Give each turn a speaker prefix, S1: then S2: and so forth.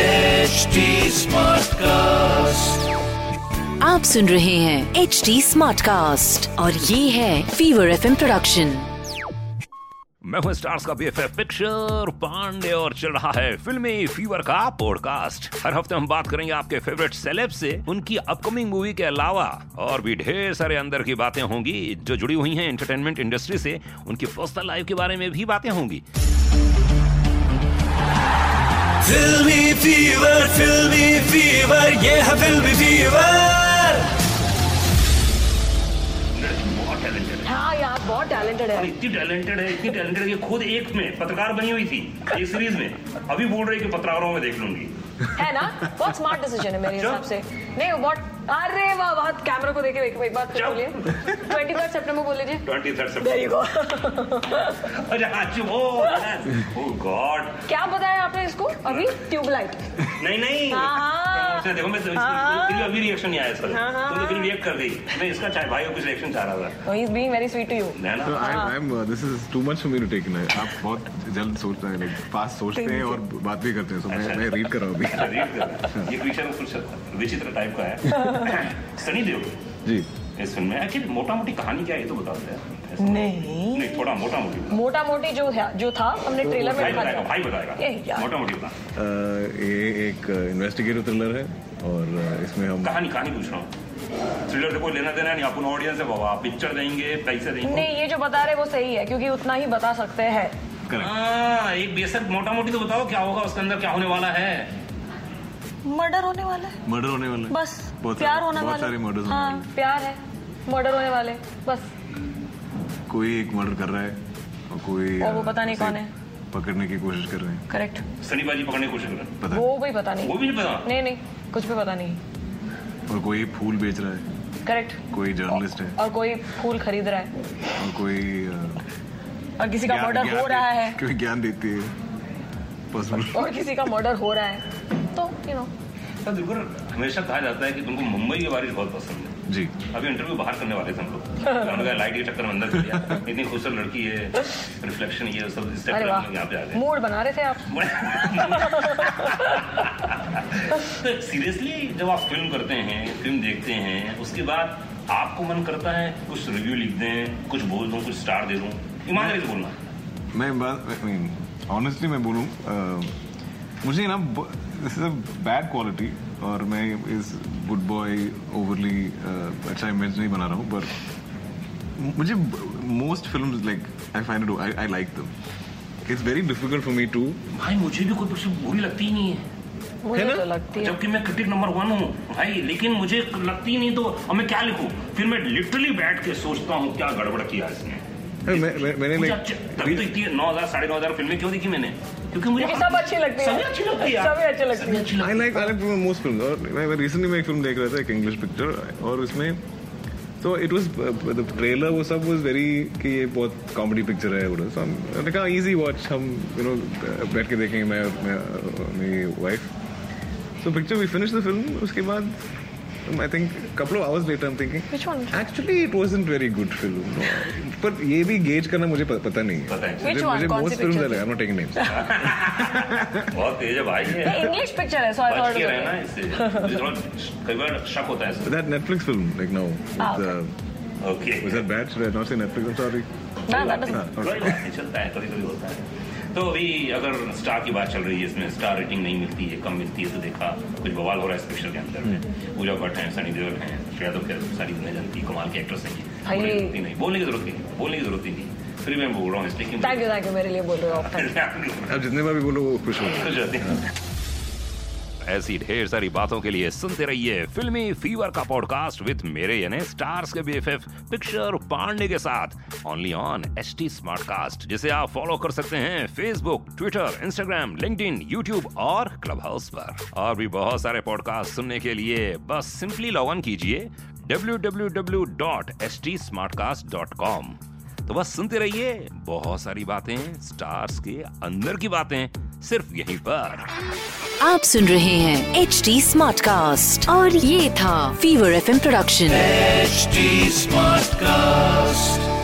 S1: HD Smartcast.
S2: आप सुन रहे हैं एच डी स्मार्ट कास्ट और ये है फीवर एफ प्रोडक्शन
S3: मैं हूं स्टार्स का बीएफएफ पिक्चर पांडे और चल रहा है फिल्मी फीवर का पॉडकास्ट हर हफ्ते हम बात करेंगे आपके फेवरेट सेलेब से उनकी अपकमिंग मूवी के अलावा और भी ढेर सारे अंदर की बातें होंगी जो जुड़ी हुई हैं एंटरटेनमेंट इंडस्ट्री से उनकी पर्सनल लाइफ के बारे में भी बातें होंगी
S1: फिल्मी फीवर फिल्मी फीवर ये है फिल्मी फीवर
S4: हाँ यार बहुत टैलेंटेड है
S5: इतनी टैलेंटेड है इतनी टैलेंटेड है कि खुद एक में पत्रकार बनी हुई थी एक सीरीज में अभी बोल रही है कि पत्रकारों में देख लूंगी
S4: है ना बहुत स्मार्ट डिसीजन है
S6: अच्छा।
S4: मेरे हिसाब से नहीं वो बहुत अरे वाह बहुत कैमरा को देखे एक, एक बार फिर
S6: अच्छा।
S5: चल।
S4: बोलिए ट्वेंटी फर्स्ट सेप्टेम्बर बोल लीजिए
S5: twenty third
S4: There you go.
S5: अरे आज वो Oh ओ गॉड
S4: क्या बताया आपने इसको अभी ट्यूबलाइट
S5: नहीं नहीं
S4: हाँ।
S5: उसने देखो मैं तो-
S4: हाँ।
S5: फिर भी अभी रिएक्शन नहीं आया सर
S4: हाँ, हाँ,
S5: तुम तो फिर रिएक्ट कर दी मैं इसका चाहे भाई को कुछ रिएक्शन चाह रहा था
S4: he is being very sweet to you
S5: है ना
S6: So I'm, I'm, uh, this is too much for me to take in. आप बहुत जल्द सोचते हैं like, fast सोचते हैं और बात भी करते हैं so
S4: अच्छा।
S6: मैं मैं रीड कर रहा हूँ अभी
S5: Read अच्छा, कर। ये क्वेश्चन कुछ विचित्र टाइप का है सनी देव
S6: जी
S5: इस फिल्म में एक्चुअली मोटा मोटी कहानी क्या है ये तो बता दो यार।
S4: नहीं
S5: नहीं थोड़ा मोटा मोटी बता
S4: मोटा मोटी जो है जो था हमने ट्रेलर में
S5: भाई बताएगा
S4: दिखा दिया
S5: भाई
S4: यही
S5: बताएगा
S4: यार।
S5: मोटा मोटी बता
S6: uh, ये एक इन्वेस्टिगेटिव थ्रिलर है और uh, इसमें हम
S5: कहानी कहानी पूछ रहा हूँ थ्रिलर से कोई लेना देना नहीं अपन ऑडियंस है बाबा आप पिक्चर देंगे पैसे देंगे
S4: नहीं ये जो बता रहे वो सही है क्योंकि उतना ही बता सकते हैं
S5: हाँ, एक बेसक मोटा मोटी तो बताओ क्या होगा उसके अंदर क्या होने वाला है
S4: मर्डर होने वाला है
S6: मर्डर होने वाला है।
S4: बस
S6: बहुत
S4: प्यार
S6: सारे-
S4: होने
S6: बहुत
S4: वाला
S6: सारे मर्डर्स होने
S4: हाँ
S6: वाले
S4: प्यार है मर्डर होने वाले बस
S6: हैं। कोई एक मर्डर कर रहा है और कोई
S4: और वो
S6: uh,
S4: पता नहीं
S6: उसे
S4: कौन है।
S6: पकड़ने की कोशिश कर रहे हैं
S4: करेक्ट
S5: सनीबाजी पकड़ने की कोशिश कर रहा है।
S6: पता
S4: वो भी पता नहीं
S5: वो भी नहीं पता
S4: नहीं नहीं कुछ भी पता नहीं
S6: नहीं। और कोई फूल बेच रहा है
S4: करेक्ट
S6: कोई जर्नलिस्ट है
S4: और कोई फूल खरीद रहा है
S6: और कोई uh,
S4: और किसी का
S6: ज्ञान-
S4: मर्डर
S6: ज्ञान
S4: हो
S6: दे-
S4: रहा है अच्छा।
S6: कोई ज्ञान देती है पॉसिबल
S4: और किसी का मर्डर हो रहा है तो यू नो
S5: तो दुर्गर हमेशा कहा जाता है कि तुमको मुंबई की बारिश बहुत पसंद है
S6: जी
S5: अभी इंटरव्यू बाहर करने वाले थे हम लोग लाइट के चक्कर में अंदर चले गया। इतनी खूबसूरत लड़की है रिफ्लेक्शन ये सब इस चक्कर
S4: अरे
S5: में हम लोग यहाँ पे आ
S4: वाह मूड बना रहे थे आप
S5: गए सीरियसली जब आप फिल्म करते हैं फिल्म देखते हैं उसके बाद आपको मन करता है कुछ रिव्यू लिख दें कुछ बोल दूं कुछ स्टार दे दूं ईमानदारी से बोलना
S6: मैं बात ऑनेस्टली मैं बोलूँ मुझे ना this is a bad quality और मैं इस गुड बॉय ओवरली अच्छा इमेज नहीं बना रहा हूँ पर मुझे most film like I find it I like damn it's very difficult for me to
S5: भाई मुझे भी कोई पिक्चर बुरी लगती ही नहीं है अच्छा।
S4: मुझे तो लगती है
S5: जबकि मैं क्रिटिक नंबर वन हूँ भाई लेकिन मुझे लगती ही नहीं तो अब मैं क्या लिखूं फिर मैं लिटरली बैठ के सोचता हूँ क्या गड़बड़ किया इसने
S6: मैंने
S5: मुझे
S6: लाइक
S5: अच्छे- तभी तो इतनी नौ हजार साढ़े नौ हजार फिल्में क्यों देखी मैंने क्योंकि मुझे
S4: क्योंकि सब अच्छी लगती है।
S5: सभी अच्छी लगती है
S4: सभी अच्छी लगती है।
S6: I like I like most film और मैं रिसेंटली मैं एक फिल्म देख रहा था एक इंग्लिश पिक्चर और उसमें तो इट वाज द ट्रेलर वो सब वाज वेरी कि ये बहुत कॉमेडी पिक्चर है बोला सो हमने कहा इजी वॉच हाँ, हम यू नो बैठ के देखेंगे मैं और मैं और मेरी wife so picture we finish the film उसके बाद um, I think couple of hours later I am thinking
S4: Which one?
S6: Actually it wasn't very good film पर ये भी गेज करना मुझे प- पता नहीं
S5: पता
S6: है
S5: है।
S4: Which
S6: मुझे-
S4: one?
S6: मुझे
S4: कौन सी
S6: most film
S4: picture
S6: I am not taking names
S5: बहुत तेज है भाई ये।
S4: इंग्लिश पिक्चर है सो आई
S5: बच
S4: थॉट
S5: के रहना इससे मुझे थोड़ा कई बार शक होता है इससे।
S6: That Netflix film like
S4: Ah,
S6: now
S5: okay
S6: Was that bad? Should I not say Netflix? I'm sorry.
S4: ना दैट इज
S6: हाँ,
S5: कोई बात नहीं, चलता है कभी कभी होता है तो अभी अगर स्टार की बात चल रही है इसमें स्टार रेटिंग नहीं मिलती है कम मिलती है तो देखा कुछ बवाल हो रहा है इस पिक्चर के अंदर
S6: हम्म।
S5: में पूजा भट्ट हैं सनी देओल हैं श्रेया तो खैर सारी दुनिया जानती है कमाल के एक्ट्रेस हैं ये।
S4: भाई।
S5: बोलने की जरूरत ही नहीं बोलने की जरूरत ही नहीं बोलने की जरूरत ही नहीं फिर भी मैं बोल रहा हूँ इसलिए कि
S4: थैंक यू थैंक यू मेरे लिए बोल रहे हो आप
S5: मुझे-
S6: अब जितने बार भी बोलो वो खुश हो
S5: खुश रहते हैं
S3: ऐसी ढेर सारी बातों के लिए सुनते रहिए फिल्मी फीवर का पॉडकास्ट विद मेरे यानी स्टार्स के बीएफएफ पिक्चर पांडे के साथ only on H T Smartcast जिसे आप फॉलो कर सकते हैं Facebook Twitter Instagram LinkedIn YouTube और क्लब हाउस पर और भी बहुत सारे पॉडकास्ट सुनने के लिए बस सिंपली लॉग इन कीजिए www.stsmartcast.com तो बस सुनते रहिए बहुत सारी बातें स्टार्स के अंदर की बातें सिर्फ यहीं पर
S2: आप सुन रहे हैं एच डी स्मार्ट कास्ट और ये था fever F production
S1: HD Smartcast.